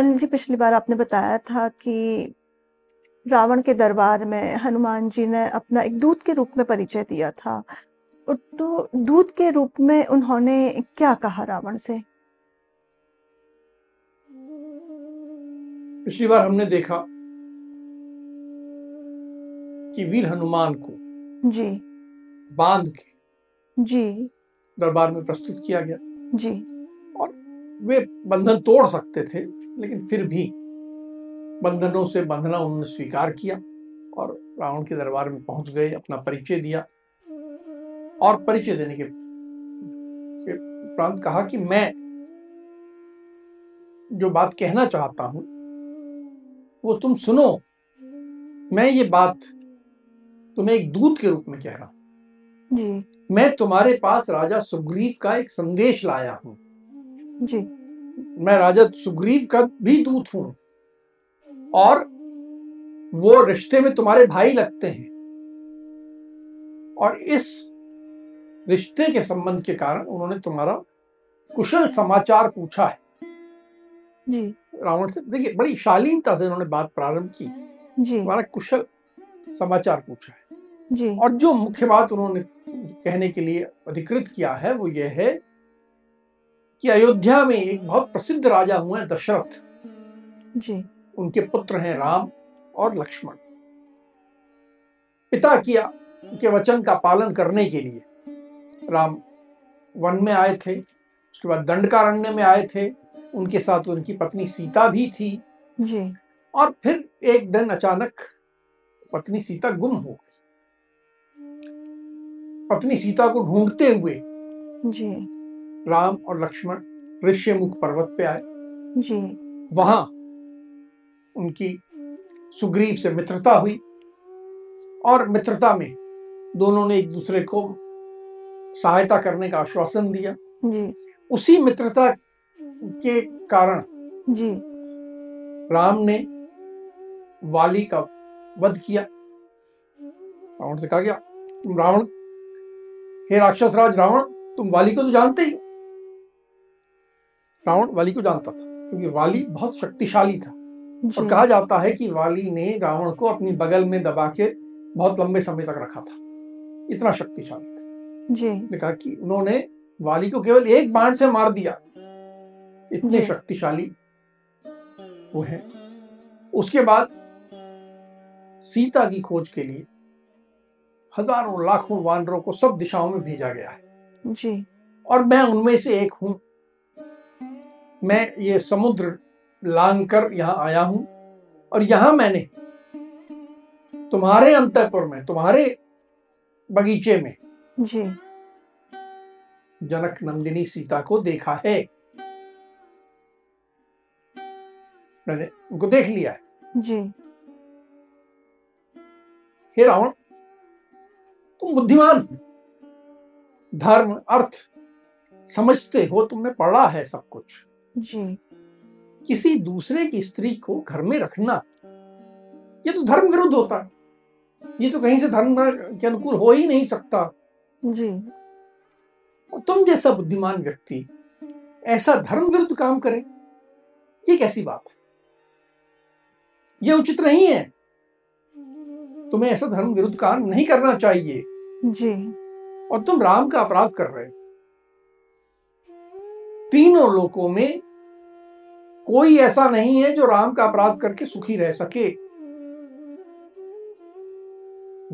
अनिल जी पिछली बार आपने बताया था कि रावण के दरबार में हनुमान जी ने अपना एक दूत के रूप में परिचय दिया था और तो दूत के रूप में उन्होंने क्या कहा रावण से पिछली बार हमने देखा कि वीर हनुमान को जी बांध के जी दरबार में प्रस्तुत किया गया जी वे बंधन तोड़ सकते थे लेकिन फिर भी बंधनों से बंधना उन्होंने स्वीकार किया और रावण के दरबार में पहुंच गए अपना परिचय दिया और परिचय देने के के उपरांत कहा कि मैं जो बात कहना चाहता हूं वो तुम सुनो मैं ये बात तुम्हें एक दूत के रूप में कह रहा हूं जी मैं तुम्हारे पास राजा सुग्रीव का एक संदेश लाया हूं जी मैं राजा सुग्रीव का भी दूत हूं और वो रिश्ते में तुम्हारे भाई लगते हैं और इस रिश्ते के संबंध के कारण उन्होंने तुम्हारा कुशल समाचार पूछा है जी रावण से देखिए बड़ी शालीनता से उन्होंने बात प्रारंभ की जी तुम्हारा कुशल समाचार पूछा है जी और जो मुख्य बात उन्होंने कहने के लिए अधिकृत किया है वो ये है कि अयोध्या में एक बहुत प्रसिद्ध राजा हुए हैं दशरथ जी उनके पुत्र हैं राम और लक्ष्मण पिता किया के वचन का पालन करने के लिए राम वन में आए थे उसके बाद दंडकारण्य में आए थे उनके साथ उनकी पत्नी सीता भी थी जी और फिर एक दिन अचानक पत्नी सीता गुम हो गई पत्नी सीता को ढूंढते हुए जी राम और लक्ष्मण ऋष्यमुख पर्वत पे आए जी वहां उनकी सुग्रीव से मित्रता हुई और मित्रता में दोनों ने एक दूसरे को सहायता करने का आश्वासन दिया जी उसी मित्रता के कारण जी राम ने वाली का वध किया रावण से कहा गया तुम रावण हे राक्षस राज रावण तुम वाली को तो जानते ही हो। रावण वाली को जानता था क्योंकि वाली बहुत शक्तिशाली था और जी कहा जाता है कि वाली ने रावण को अपनी बगल में दबा के बहुत लंबे समय तक रखा था इतना शक्तिशाली था जी ने कहा कि उन्होंने वाली को केवल एक बाण से मार दिया इतने जी। शक्तिशाली वो है उसके बाद सीता की खोज के लिए हजारों लाखों वानरों को सब दिशाओं में भेजा गया है जी और मैं उनमें से एक हूं मैं ये समुद्र लांग कर यहाँ आया हूं और यहाँ मैंने तुम्हारे अंतरपुर में तुम्हारे बगीचे में जी जनक नंदिनी सीता को देखा है मैंने उनको देख लिया है जी हे रावण तुम बुद्धिमान हो धर्म अर्थ समझते हो तुमने पढ़ा है सब कुछ जी किसी दूसरे की स्त्री को घर में रखना ये तो धर्म विरुद्ध होता है ये तो कहीं से धर्म के अनुकूल हो ही नहीं सकता जी और तुम जैसा बुद्धिमान व्यक्ति ऐसा धर्म विरुद्ध काम करे ये कैसी बात है ये उचित नहीं है तुम्हें ऐसा धर्म विरुद्ध काम नहीं करना चाहिए जी और तुम राम का अपराध कर रहे हो तीनों लोगों में कोई ऐसा नहीं है जो राम का अपराध करके सुखी रह सके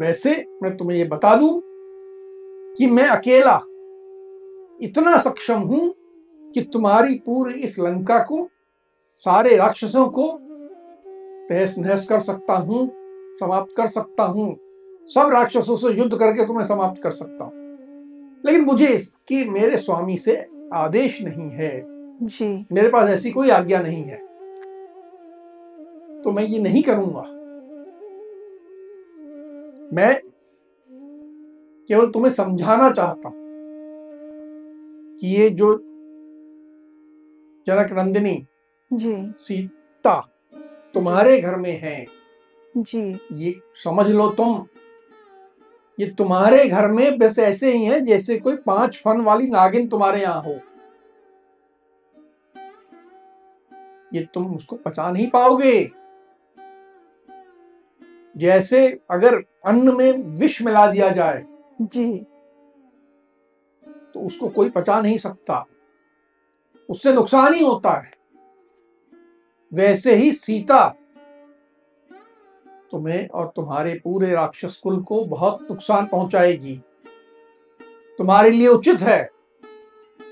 वैसे मैं तुम्हें ये बता दूं कि मैं अकेला इतना सक्षम हूं कि तुम्हारी पूरी इस लंका को सारे राक्षसों को तहस नहस कर सकता हूं समाप्त कर सकता हूं सब राक्षसों से युद्ध करके तुम्हें समाप्त कर सकता हूं लेकिन मुझे इसकी मेरे स्वामी से आदेश नहीं है जी मेरे पास ऐसी कोई आज्ञा नहीं है तो मैं ये नहीं करूंगा मैं केवल तुम्हें समझाना चाहता हूं कि ये जो जनक नंदिनी जी सीता तुम्हारे घर में है जी ये समझ लो तुम ये तुम्हारे घर में बस ऐसे ही है जैसे कोई पांच फन वाली नागिन तुम्हारे यहाँ हो ये तुम उसको पचा नहीं पाओगे जैसे अगर अन्न में विष मिला दिया जाए जी तो उसको कोई पचा नहीं सकता उससे नुकसान ही होता है वैसे ही सीता तुम्हें और तुम्हारे पूरे राक्षस कुल को बहुत नुकसान पहुंचाएगी तुम्हारे लिए उचित है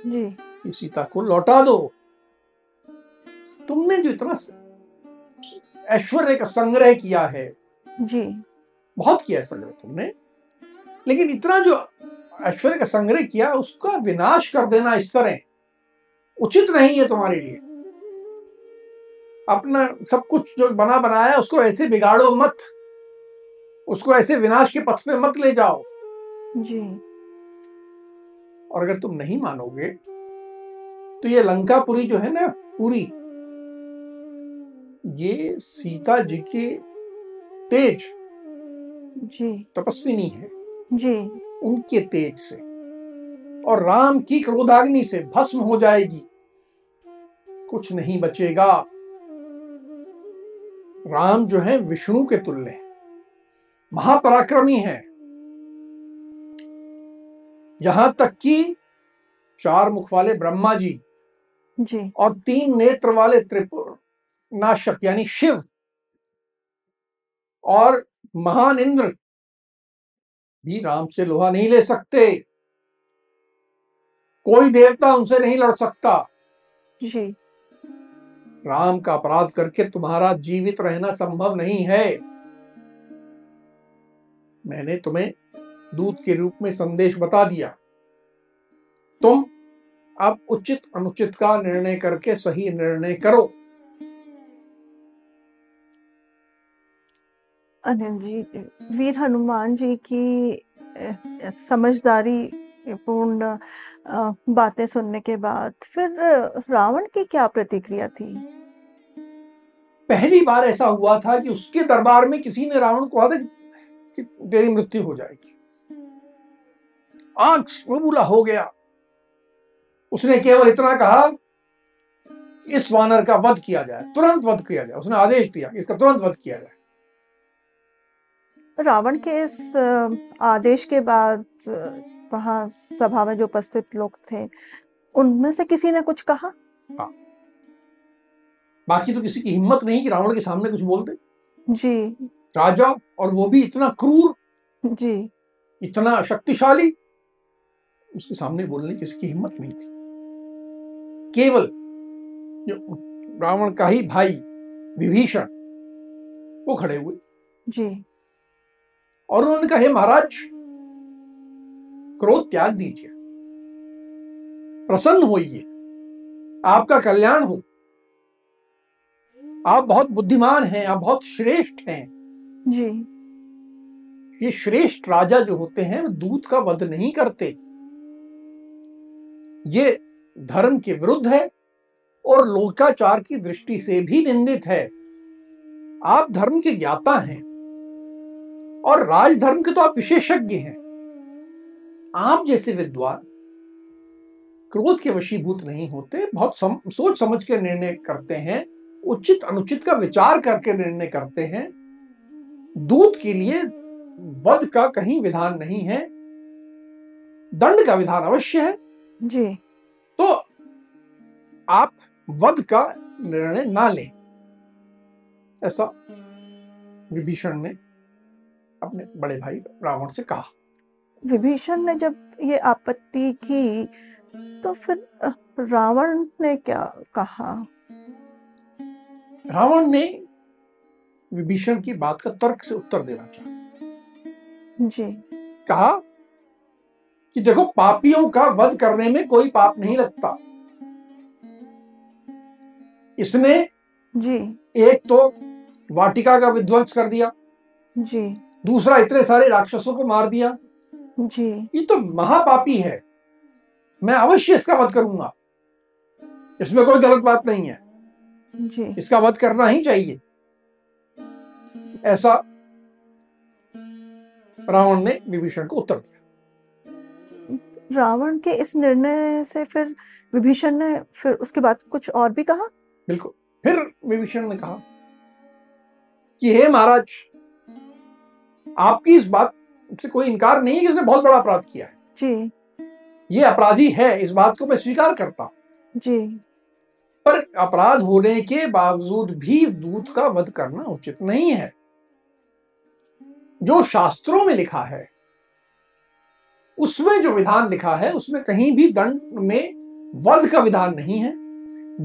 जी कि सीता को लौटा दो तुमने जो इतना ऐश्वर्य का संग्रह किया है जी बहुत किया है संग्रह तुमने लेकिन इतना जो ऐश्वर्य का संग्रह किया उसका विनाश कर देना इस तरह उचित नहीं है तुम्हारे लिए अपना सब कुछ जो बना बनाया उसको ऐसे बिगाड़ो मत उसको ऐसे विनाश के पथ पे मत ले जाओ जी और अगर तुम नहीं मानोगे तो ये लंकापुरी जो है ना पूरी ये सीता जी के तेज जी तपस्विनी है जी उनके तेज से और राम की क्रोधाग्नि से भस्म हो जाएगी कुछ नहीं बचेगा राम जो है विष्णु के तुल्य हैं। महापराक्रमी है यहां तक कि चार मुख वाले ब्रह्मा जी जी और तीन नेत्र वाले त्रिपुर नाशक यानी शिव और महान इंद्र भी राम से लोहा नहीं ले सकते कोई देवता उनसे नहीं लड़ सकता जी राम का अपराध करके तुम्हारा जीवित रहना संभव नहीं है मैंने तुम्हें दूत के रूप में संदेश बता दिया तुम अब उचित अनुचित का निर्णय करके सही निर्णय करो अनिल जी वीर हनुमान जी की अ, समझदारी पूर्ण अ, बातें सुनने के बाद फिर अ, रावण की क्या प्रतिक्रिया थी पहली बार ऐसा हुआ था कि उसके दरबार में किसी ने रावण को कहा था कि तेरी मृत्यु हो जाएगी आंख बबूला हो गया उसने केवल इतना कहा कि इस वानर का वध किया जाए तुरंत वध किया जाए उसने आदेश दिया कि इसका तुरंत वध किया जाए रावण के इस अ, आदेश के बाद अ, वहाँ सभा में जो उपस्थित लोग थे उनमें से किसी ने कुछ कहा बाकी तो किसी की हिम्मत नहीं कि रावण के सामने कुछ बोलते जी राजा और वो भी इतना क्रूर जी इतना शक्तिशाली उसके सामने बोलने की किसी की हिम्मत नहीं थी केवल जो रावण का ही भाई विभीषण वो खड़े हुए जी और उन्होंने कहा हे महाराज क्रोध त्याग दीजिए प्रसन्न होइए आपका कल्याण हो आप बहुत बुद्धिमान हैं आप बहुत श्रेष्ठ हैं जी ये श्रेष्ठ राजा जो होते हैं वो दूत का वध नहीं करते ये धर्म के विरुद्ध है और लोकाचार की दृष्टि से भी निंदित है आप धर्म के ज्ञाता हैं और राजधर्म के तो आप विशेषज्ञ हैं आप जैसे विद्वान क्रोध के वशीभूत नहीं होते बहुत सम, सोच समझ के निर्णय करते हैं उचित अनुचित का विचार करके निर्णय करते हैं दूत के लिए वध का कहीं विधान नहीं है दंड का विधान अवश्य है जी तो आप वध का निर्णय ना लें ऐसा विभीषण ने अपने बड़े भाई रावण से कहा विभीषण ने जब ये आपत्ति की तो फिर अ, रावण ने क्या कहा रावण ने विभीषण की बात का तर्क से उत्तर देना चाहा जी कहा कि देखो पापियों का वध करने में कोई पाप नहीं लगता इसने जी एक तो वाटिका का विध्वंस कर दिया जी दूसरा इतने सारे राक्षसों को मार दिया जी ये तो महापापी है मैं अवश्य इसका वध करूंगा इसमें कोई गलत बात नहीं है जी इसका वध करना ही चाहिए ऐसा रावण ने विभीषण को उत्तर दिया रावण के इस निर्णय से फिर विभीषण ने फिर उसके बाद कुछ और भी कहा बिल्कुल फिर विभीषण ने कहा कि हे महाराज आपकी इस बात से कोई इनकार नहीं है कि इसने बहुत बड़ा अपराध किया है जी ये अपराधी है इस बात को मैं स्वीकार करता हूं जी पर अपराध होने के बावजूद भी दूत का वध करना उचित नहीं है जो शास्त्रों में लिखा है उसमें जो विधान लिखा है उसमें कहीं भी दंड में वध का विधान नहीं है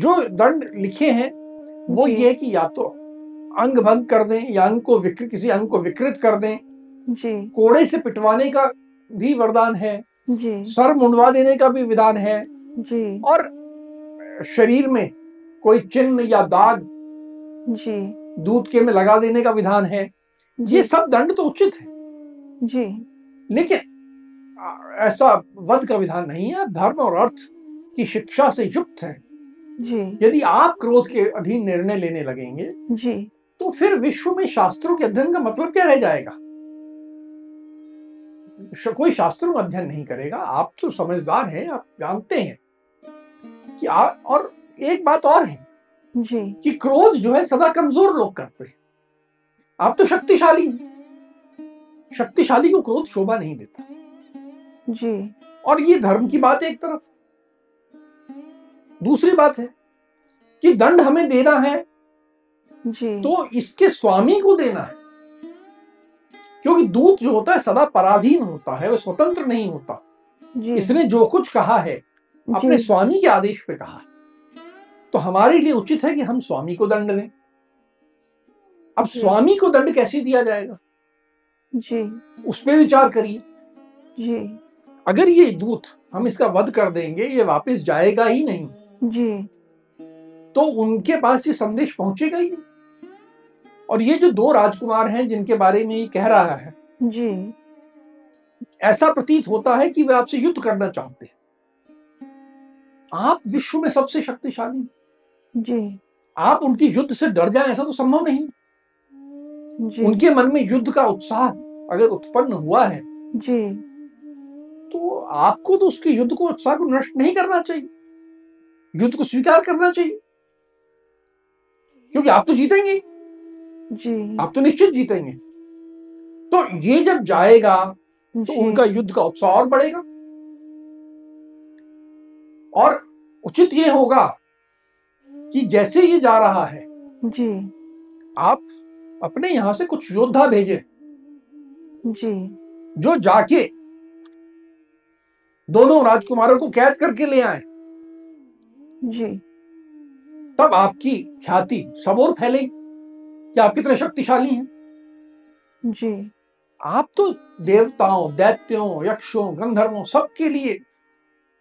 जो दंड लिखे हैं वो जी। ये कि या तो अंग भंग कर दें या अंग को विकृत किसी अंग को विकृत कर दें जी कोड़े से पिटवाने का भी वरदान है जी सर मुंडवा देने का भी विधान है जी और शरीर में कोई चिन्ह या दाग जी दूध के में लगा देने का विधान है ये जी सब दंड तो उचित है जी लेकिन आ, ऐसा वध का विधान नहीं है धर्म और अर्थ की शिक्षा से युक्त है जी यदि आप क्रोध के अधीन निर्णय लेने लगेंगे जी तो फिर विश्व में शास्त्रों के अध्ययन का मतलब क्या रह जाएगा श- कोई शास्त्रों का अध्ययन नहीं करेगा आप तो समझदार हैं आप जानते हैं कि आ, और एक बात और है जी कि क्रोध जो है सदा कमजोर लोग करते हैं आप तो शक्तिशाली हैं। शक्तिशाली को क्रोध शोभा नहीं देता जी और ये धर्म की बात है एक तरफ दूसरी बात है कि दंड हमें देना है जी तो इसके स्वामी को देना है क्योंकि दूत जो होता है सदा पराधीन होता है वह स्वतंत्र नहीं होता जी इसने जो कुछ कहा है अपने जी स्वामी के आदेश पे कहा है तो हमारे लिए उचित है कि हम स्वामी को दंड दें अब जी। स्वामी को दंड कैसे दिया जाएगा जी उस पर विचार करिए जी अगर ये दूत हम इसका वध कर देंगे ये वापस जाएगा ही नहीं जी तो उनके पास ये संदेश पहुंचेगा ही नहीं और ये जो दो राजकुमार हैं जिनके बारे में ये कह रहा है जी ऐसा प्रतीत होता है कि वे आपसे युद्ध करना चाहते हैं आप विश्व में सबसे शक्तिशाली हैं। जी आप उनकी युद्ध से डर जाएं ऐसा तो संभव नहीं जी हम्म। उनके मन में युद्ध का उत्साह अगर उत्पन्न हुआ है जी तो आपको तो उसके युद्ध को उत्साह को नष्ट नहीं करना चाहिए युद्ध को स्वीकार करना चाहिए क्योंकि आप तो जीतेंगे ही। जी आप तो निश्चित जीतेंगे तो ये जब जाएगा तो जी उनका युद्ध का उत्साह और बढ़ेगा और उचित ये होगा कि जैसे ये जा रहा है जी आप अपने यहां से कुछ योद्धा भेजें जी जो जाके दोनों राजकुमारों को कैद करके ले आए जी तब आपकी ख्याति सब और फैलेगी कि आप कितने शक्तिशाली हैं जी आप तो देवताओं दैत्यों यक्षों गंधर्वों सबके लिए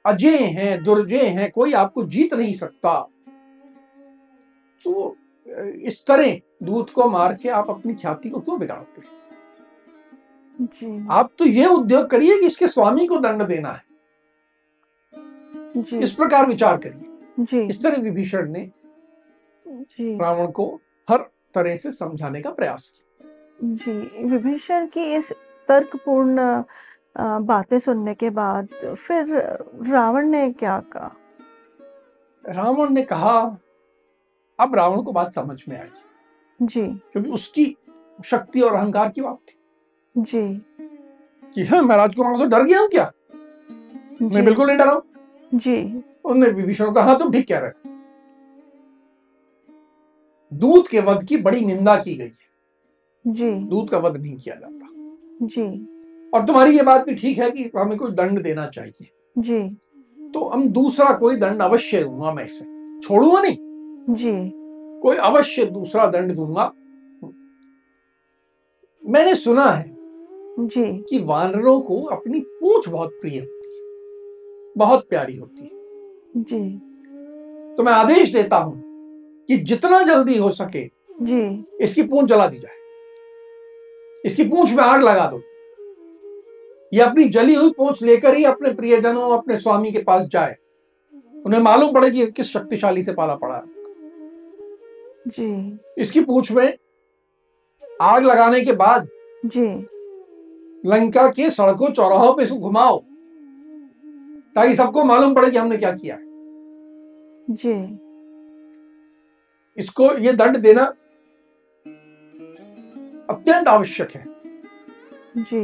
अजय हैं दुर्जय हैं कोई आपको जीत नहीं सकता तो अ, इस तरह दूध को मार के आप अपनी ख्याति को क्यों बिगाड़ते हैं जी आप तो ये उद्योग करिए कि इसके स्वामी को दंड देना है जी इस प्रकार विचार करिए जी इस तरह विभीषण ने जी रावण को हर तरह से समझाने का प्रयास किया जी विभीषण की इस तर्कपूर्ण अ, बातें सुनने के बाद फिर रावण ने क्या कहा रावण ने कहा अब रावण को बात समझ में आई जी क्योंकि उसकी शक्ति और अहंकार की बात थी जी कि हाँ मैं राजकुमार से डर गया हूं क्या जी मैं बिल्कुल नहीं डरा हूं जी उन्होंने विभीषण को कहा "हाँ, तुम ठीक कह रहे हो। दूध के वध की बड़ी निंदा की गई है जी दूध का वध नहीं किया जाता जी और तुम्हारी ये बात भी ठीक है कि हमें कोई दंड देना चाहिए जी तो हम दूसरा कोई दंड अवश्य दूंगा मैं इसे छोड़ूंगा नहीं जी कोई अवश्य दूसरा दंड दूंगा मैंने सुना है जी कि वानरों को अपनी पूंछ बहुत प्रिय होती है बहुत प्यारी होती है जी तो मैं आदेश देता हूं कि जितना जल्दी हो सके जी इसकी पूंछ जला दी जाए इसकी पूंछ में आग लगा दो ये अपनी जली हुई पूंछ लेकर ही अपने प्रियजनों अपने स्वामी के पास जाए उन्हें मालूम पड़े कि ये किस शक्तिशाली से पाला पड़ा है जी इसकी पूंछ में आग लगाने के बाद जी लंका के सड़कों चौराहों पे इसको घुमाओ ताकि सबको मालूम पड़े कि हमने क्या किया है। जी इसको ये दंड देना अत्यंत आवश्यक है जी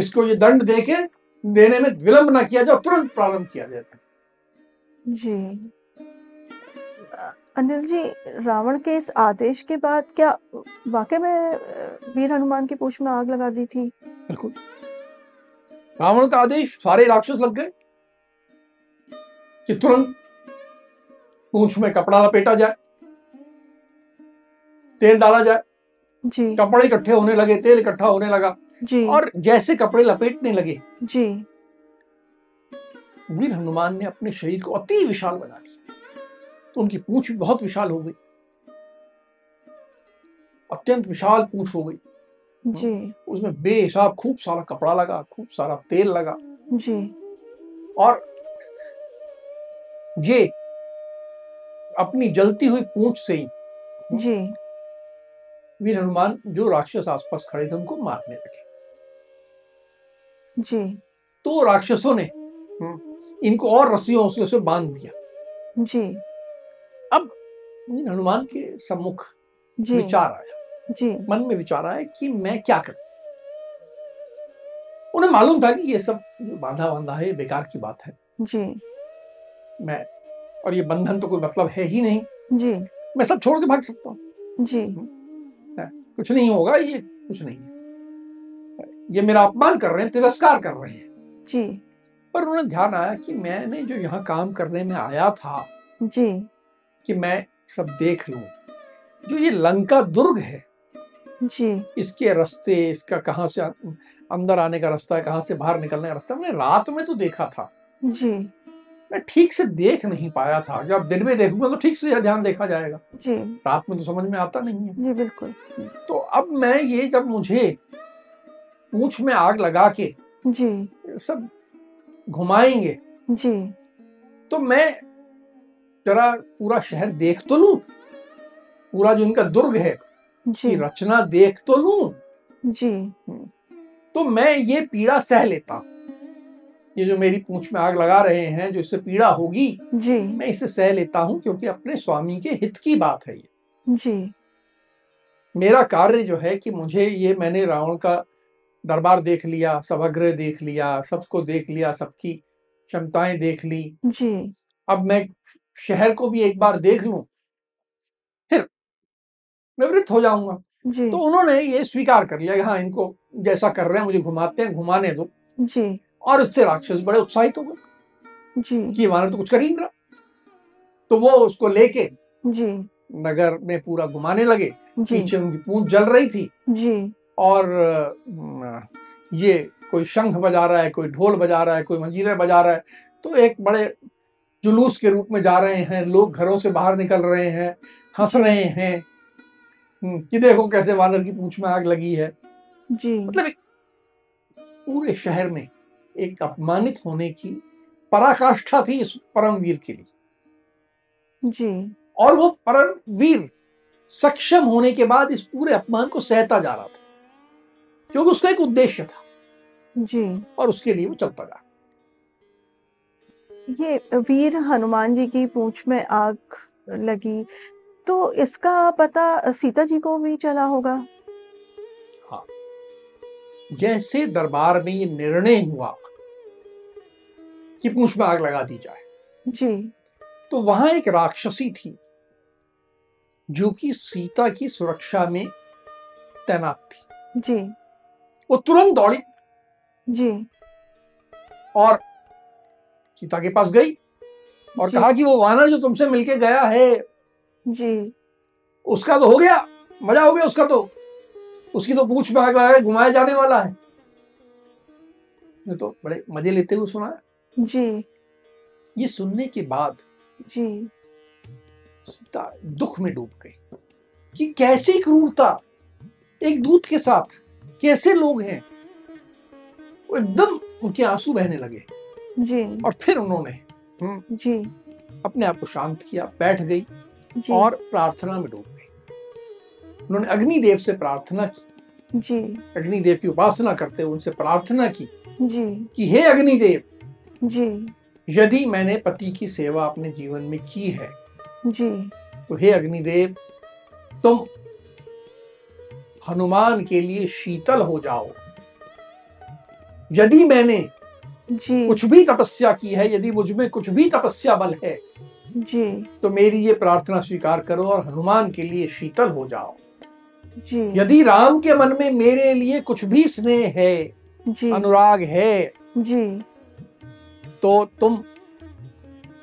इसको ये दंड देके देने में विलंब ना किया जाए तुरंत प्रारंभ किया जाए जी अ- अनिल जी रावण के इस आदेश के बाद क्या वाकई में अ, वीर हनुमान की पूंछ में आग लगा दी थी बिल्कुल रावण का आदेश सारे राक्षस लग गए कि तुरंत पूंछ में कपड़ा लपेटा जाए तेल डाला जाए जी कपड़े इकट्ठे होने लगे तेल इकट्ठा होने लगा जी और हम्म। जैसे कपड़े लपेटने लगे जी वीर हनुमान ने अपने शरीर को अति विशाल बना लिया तो उनकी पूंछ भी बहुत विशाल हो गई अत्यंत विशाल पूंछ हो गई जी उसमें बेहिसाब खूब सारा कपड़ा लगा खूब सारा तेल लगा जी और ये अपनी जलती हुई पूंछ से ही जी वीर हनुमान जो राक्षस आसपास खड़े थे उनको मारने लगे जी तो राक्षसों ने इनको और रस्सियों वस्सियों से बांध दिया जी वीर हनुमान के सम्मुख जी विचार आया जी मन में विचार आया कि मैं क्या करूं उन्हें मालूम था कि ये सब जो बांधा बांधा है ये बेकार की बात है जी मैं और ये बंधन तो कोई मतलब है ही नहीं जी मैं सब छोड़ के भाग सकता हूँ जी कुछ नहीं होगा ये कुछ नहीं है ये मेरा अपमान कर रहे हैं तिरस्कार कर रहे हैं जी पर उन्हें ध्यान आया कि मैंने जो यहाँ काम करने में आया था जी कि मैं सब देख लूं जो ये लंका दुर्ग है जी इसके रास्ते इसका कहाँ से अंदर आने का रास्ता है कहाँ से बाहर निकलने का रास्ता है, मैंने रात में तो देखा था जी मैं ठीक से देख नहीं पाया था जब दिन में देखूंगा तो ठीक से यह ध्यान देखा जाएगा जी रात में तो समझ में आता नहीं है जी बिल्कुल तो अब मैं ये जब मुझे पूंछ में आग लगा के जी सब घुमाएंगे जी तो मैं जरा पूरा शहर देख तो लूं पूरा जो इनका दुर्ग है जी की रचना देख तो लूं जी तो मैं ये पीड़ा सह लेता हूं। ये जो मेरी पूंछ में आग लगा रहे हैं जो इससे पीड़ा होगी जी मैं इसे सह लेता हूं क्योंकि अपने स्वामी के हित की बात है ये जी मेरा कार्य जो है कि मुझे ये मैंने रावण का दरबार देख लिया सभागृह देख लिया सबको देख लिया सबकी क्षमताएं देख ली जी अब मैं शहर को भी एक बार देख लूं फिर निवृत्त हो जाऊंगा जी तो उन्होंने ये स्वीकार कर लिया कि हाँ इनको जैसा कर रहे हैं मुझे घुमाते हैं घुमाने दो जी और उससे राक्षस बड़े उत्साहित हो गए जी कि इमारत तो कुछ कर ही नहीं रहा तो वो उसको लेके जी नगर में पूरा घुमाने लगे जी पीछे उनकी पूंछ जल रही थी जी और अ, ये कोई शंख बजा रहा है कोई ढोल बजा रहा है कोई मंजीरे बजा रहा है तो एक बड़े जुलूस के रूप में जा रहे हैं लोग घरों से बाहर निकल रहे हैं हंस रहे हैं हम्म, कि देखो कैसे वानर की पूंछ में आग लगी है जी मतलब एक पूरे शहर में एक अपमानित होने की पराकाष्ठा थी इस परमवीर के लिए जी और वो परमवीर सक्षम होने के बाद इस पूरे अपमान को सहता जा रहा था क्योंकि उसका एक उद्देश्य था जी और उसके लिए वो चलता जा रहा ये वीर हनुमान जी की पूंछ में आग लगी तो इसका पता सीता जी को भी चला होगा जैसे दरबार में ये निर्णय हुआ कि पूंछ में आग लगा दी जाए जी तो वहां एक राक्षसी थी जो कि सीता की सुरक्षा में तैनात थी जी वो तुरंत दौड़ी जी और सीता के पास गई और जी कहा कि वो वानर जो तुमसे मिलके गया है जी उसका तो हो गया मजा हो गया उसका तो उसकी तो पूछ में आग लगा के घुमाया जाने वाला है ने तो बड़े मजे लेते हुए सुना जी ये सुनने के बाद जी सीता दुख में डूब गई कि कैसी क्रूरता एक दूत के साथ कैसे लोग हैं वो एकदम उनके आंसू बहने लगे जी और फिर उन्होंने जी अपने आप को शांत किया बैठ गई जी और प्रार्थना में डूब गई उन्होंने अग्निदेव से प्रार्थना की जी अग्निदेव की उपासना करते हुए उनसे प्रार्थना की जी कि हे अग्निदेव जी यदि मैंने पति की सेवा अपने जीवन में की है जी तो हे अग्निदेव तुम हनुमान के लिए शीतल हो जाओ यदि मैंने जी कुछ भी तपस्या की है यदि मुझ में कुछ भी तपस्या बल है जी तो मेरी ये प्रार्थना स्वीकार करो और हनुमान के लिए शीतल हो जाओ जी यदि राम के मन में मेरे लिए कुछ भी स्नेह है जी अनुराग है जी तो तुम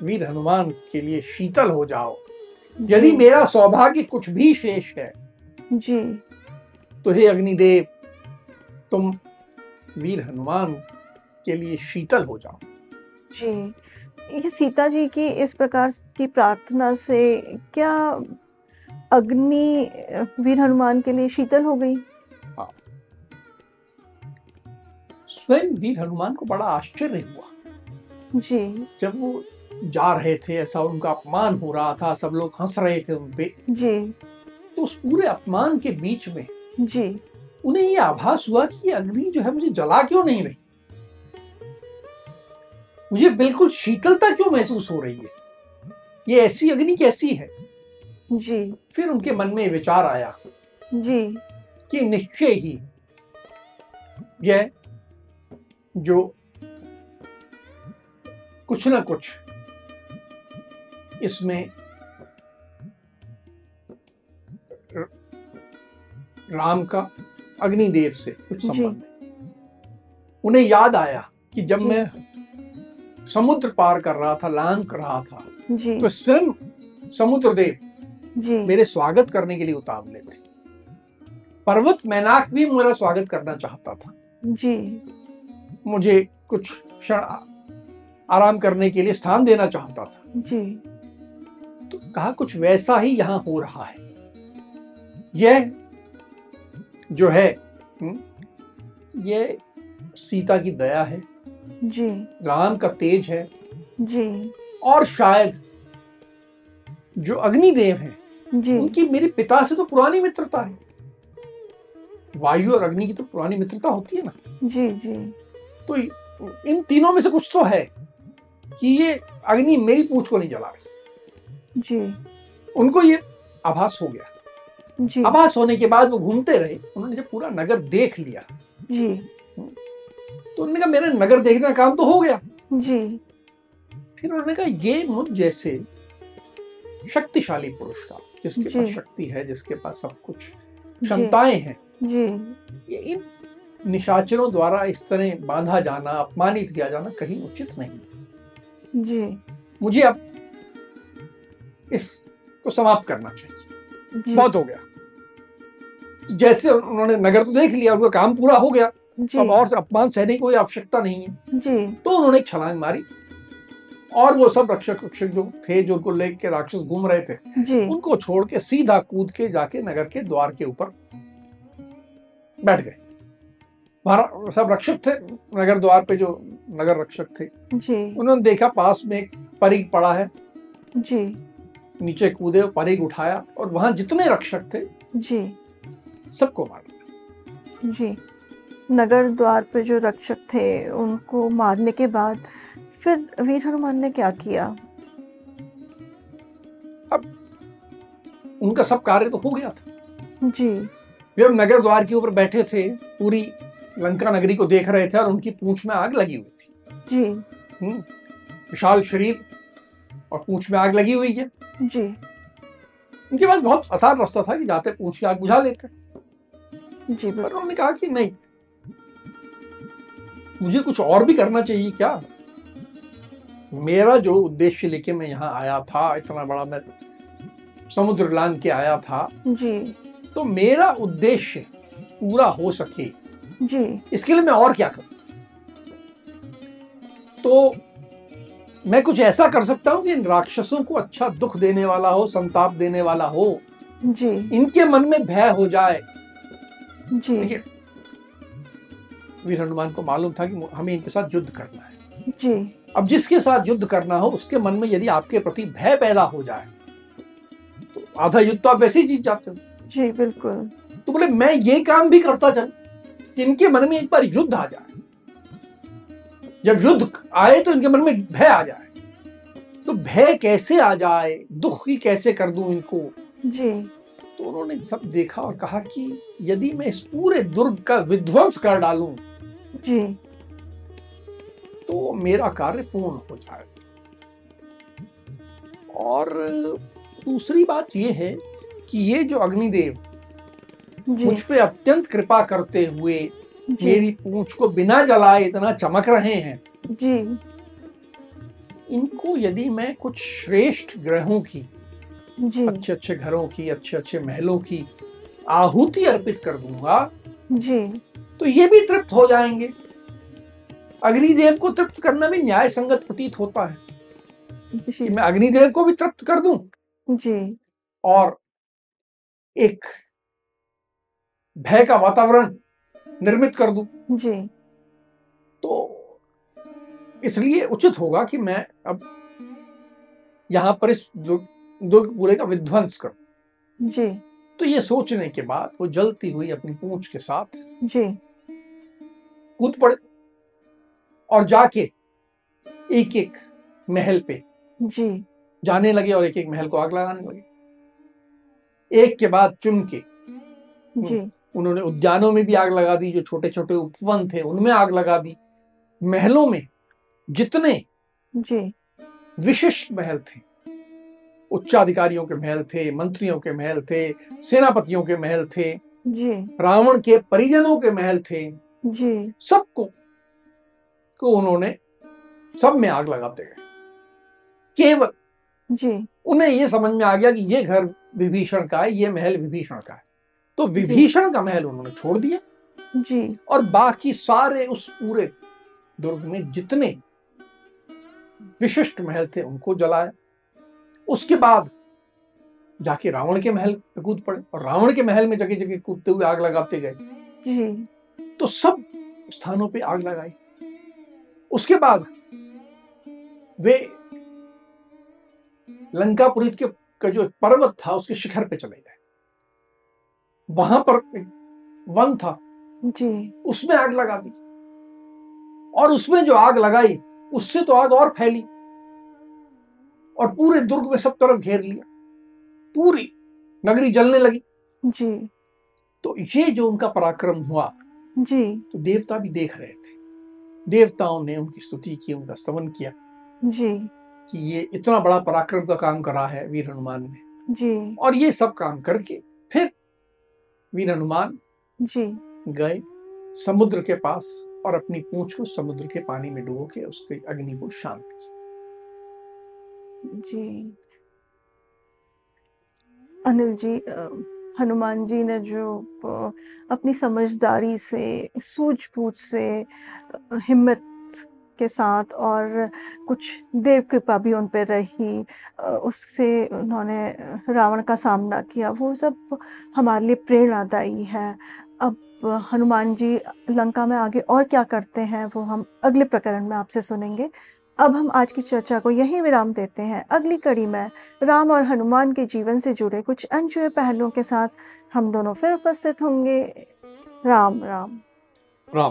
वीर हनुमान के लिए शीतल हो जाओ यदि जी मेरा सौभाग्य कुछ भी शेष है जी तो हे अग्निदेव तुम वीर हनुमान के लिए शीतल हो जाओ जी ये सीता जी की इस प्रकार की प्रार्थना से क्या अग्नि अ, वीर हनुमान के लिए शीतल हो गई स्वयं वीर हनुमान को बड़ा आश्चर्य हुआ जी जब वो जा रहे थे ऐसा उनका अपमान हो रहा था सब लोग हंस रहे थे उन पे जी तो उस पूरे अपमान के बीच में जी उन्हें ये आभास हुआ कि ये अग्नि जो है मुझे जला क्यों नहीं रही मुझे बिल्कुल शीतलता क्यों महसूस हो रही है ये ऐसी अग्नि कैसी है जी फिर उनके मन में विचार आया जी कि निश्चय ही यह जो कुछ ना कुछ इसमें र- राम का अग्निदेव से कुछ जी। संबंध है उन्हें याद आया कि जब जी। मैं समुद्र पार कर रहा था लांग कर रहा था जी तो स्वयं समुद्र देव जी मेरे स्वागत करने के लिए उतावले थे पर्वत मैनाक भी मेरा स्वागत करना चाहता था जी मुझे कुछ क्षण आ- आराम करने के लिए स्थान देना चाहता था जी तो कहा कुछ वैसा ही यहाँ हो रहा है यह जो है हम्म, यह सीता की दया है जी राम का तेज है जी और शायद जो अग्निदेव हैं जी उनकी मेरे पिता से तो पुरानी मित्रता है वायु और अग्नि की तो पुरानी मित्रता होती है ना जी जी तो इन तीनों में से कुछ तो है कि ये अग्नि मेरी पूछ को नहीं जला रही जी उनको ये आभास हो हम्म। गया जी आभास होने के बाद वो घूमते रहे उन्होंने जब पूरा नगर देख लिया जी तो उन्होंने कहा मेरा नगर देखने का काम तो हो गया जी फिर उन्होंने कहा ये मुझ जैसे शक्तिशाली पुरुष का जिसके जी। पास शक्ति है जिसके पास सब कुछ जी क्षमताएं हैं जी ये इन निशाचरों द्वारा इस तरह बांधा जाना अपमानित किया जाना कहीं उचित नहीं जी मुझे अब इसको समाप्त करना चाहिए जी बहुत हो गया जैसे उन्होंने नगर तो देख लिया उनका काम पूरा हो गया जी अब और से अपमान सहने की कोई आवश्यकता नहीं है जी तो उन्होंने एक छलांग मारी और वो सब रक्षक रक्षक जो थे जो उनको लेके राक्षस घूम रहे थे जी उनको छोड़ के सीधा कूद के जाके नगर के द्वार के ऊपर बैठ गए वहाँ सब रक्षक थे नगर द्वार पे जो नगर रक्षक थे जी उन्होंने देखा पास में एक परीग पड़ा है जी नीचे कूदे परीग उठाया और वहां जितने रक्षक थे जी सबको मारा जी नगर द्वार पर जो रक्षक थे उनको मारने के बाद फिर वीर हनुमान ने क्या किया उनका सब कार्य तो हो गया था जी वे अब नगर द्वार के ऊपर बैठे थे पूरी लंका नगरी को देख रहे थे और उनकी पूंछ में आग लगी हुई थी जी हम्म, विशाल शरीर और पूंछ में आग लगी हुई है जी उनके पास बहुत आसान रास्ता था कि जाते पूंछ की आग बुझा लेते जी पर बिल- उन्होंने कहा कि नहीं मुझे कुछ और भी करना चाहिए क्या मेरा जो उद्देश्य लेके मैं यहाँ आया था इतना बड़ा मैं समुद्र लांग के आया था जी तो मेरा उद्देश्य पूरा हो सके जी इसके लिए मैं और क्या करूं तो मैं कुछ ऐसा कर सकता हूं कि इन राक्षसों को अच्छा दुख देने वाला हो संताप देने वाला हो जी इनके मन में भय हो जाए जी देखिए वीर हनुमान को मालूम था कि हमें इनके साथ युद्ध करना है जी अब जिसके साथ युद्ध करना हो उसके मन में यदि आपके प्रति भय पैदा हो जाए तो आधा युद्ध तो आप वैसे ही जीत जाते हो जी बिल्कुल तो बोले मैं ये काम भी करता चलूं कि इनके मन में एक बार युद्ध आ जाए जब युद्ध आए तो इनके मन में भय आ जाए तो भय कैसे आ जाए दुख ही कैसे कर दूं इनको जी तो उन्होंने सब देखा और कहा कि यदि मैं इस पूरे दुर्ग का विध्वंस कर डालूं जी तो मेरा कार्य पूर्ण हो जाए और दूसरी बात यह है कि ये जो अग्निदेव जी मुझ पे अत्यंत कृपा करते हुए जी मेरी पूंछ को बिना जलाए इतना चमक रहे हैं जी इनको यदि मैं कुछ श्रेष्ठ ग्रहों की जी अच्छे अच्छे घरों की अच्छे अच्छे महलों की आहुति अर्पित कर दूंगा जी तो ये भी तृप्त हो जाएंगे अग्निदेव को तृप्त करना भी न्याय संगत प्रतीत होता है कि जी मैं अग्निदेव को भी तृप्त कर दूं जी और एक भय का वातावरण निर्मित कर दूं जी तो इसलिए उचित होगा कि मैं अब यहाँ पर इस दुर्ग दुर्ग पूरे का विध्वंस करूं जी तो ये सोचने के बाद वो जलती हुई अपनी पूंछ के साथ जी कूद पड़े और जाके एक एक महल पे जी जाने लगे और एक एक महल को आग लगाने लगे एक के बाद चुन के जी उन्होंने उद्यानों में भी आग लगा दी जो छोटे छोटे उपवन थे उनमें आग लगा दी महलों में जितने जी विशिष्ट महल थे उच्चाधिकारियों के महल थे मंत्रियों के महल थे सेनापतियों के महल थे जी रावण के परिजनों के महल थे जी सबको को उन्होंने सब में आग लगाते गए केवल जी उन्हें यह समझ में आ गया कि ये घर विभीषण का है ये महल विभीषण का है तो विभीषण का महल उन्होंने छोड़ दिया जी और बाकी सारे उस पूरे दुर्ग में जितने विशिष्ट महल थे उनको जलाया उसके बाद जाके रावण के महल पे कूद पड़े और रावण के महल में जगह जगह कूदते हुए आग लगाते गए जी तो सब स्थानों पे आग लगाई उसके बाद वे लंकापुरी के का जो एक पर्वत था उसके शिखर पे चले गए वहां पर एक वन था जी उसमें आग लगा दी और उसमें जो आग लगाई उससे तो आग और फैली और पूरे दुर्ग में सब तरफ घेर लिया पूरी नगरी जलने लगी जी तो ये जो उनका पराक्रम हुआ जी तो देवता भी देख रहे थे देवताओं ने उनकी स्तुति की उनका स्तवन किया जी कि ये इतना बड़ा पराक्रम का काम करा है वीर हनुमान ने जी और ये सब काम करके फिर वीर हनुमान जी गए समुद्र के पास और अपनी पूंछ को समुद्र के पानी में डुबो के उसके अग्नि को शांत किया जी अनिल जी अ, हनुमान जी ने जो अ, अपनी समझदारी से सूझबूझ से अ, हिम्मत के साथ और कुछ देव कृपा भी उन पर रही अ, उससे उन्होंने अ, रावण का सामना किया वो सब हमारे लिए प्रेरणादायी है अब अ, हनुमान जी लंका में आगे और क्या करते हैं वो हम अगले प्रकरण में आपसे सुनेंगे अब हम आज की चर्चा को यहीं विराम देते हैं अगली कड़ी में राम और हनुमान के जीवन से जुड़े कुछ अनछुए पहलुओं के साथ हम दोनों फिर उपस्थित होंगे राम राम राम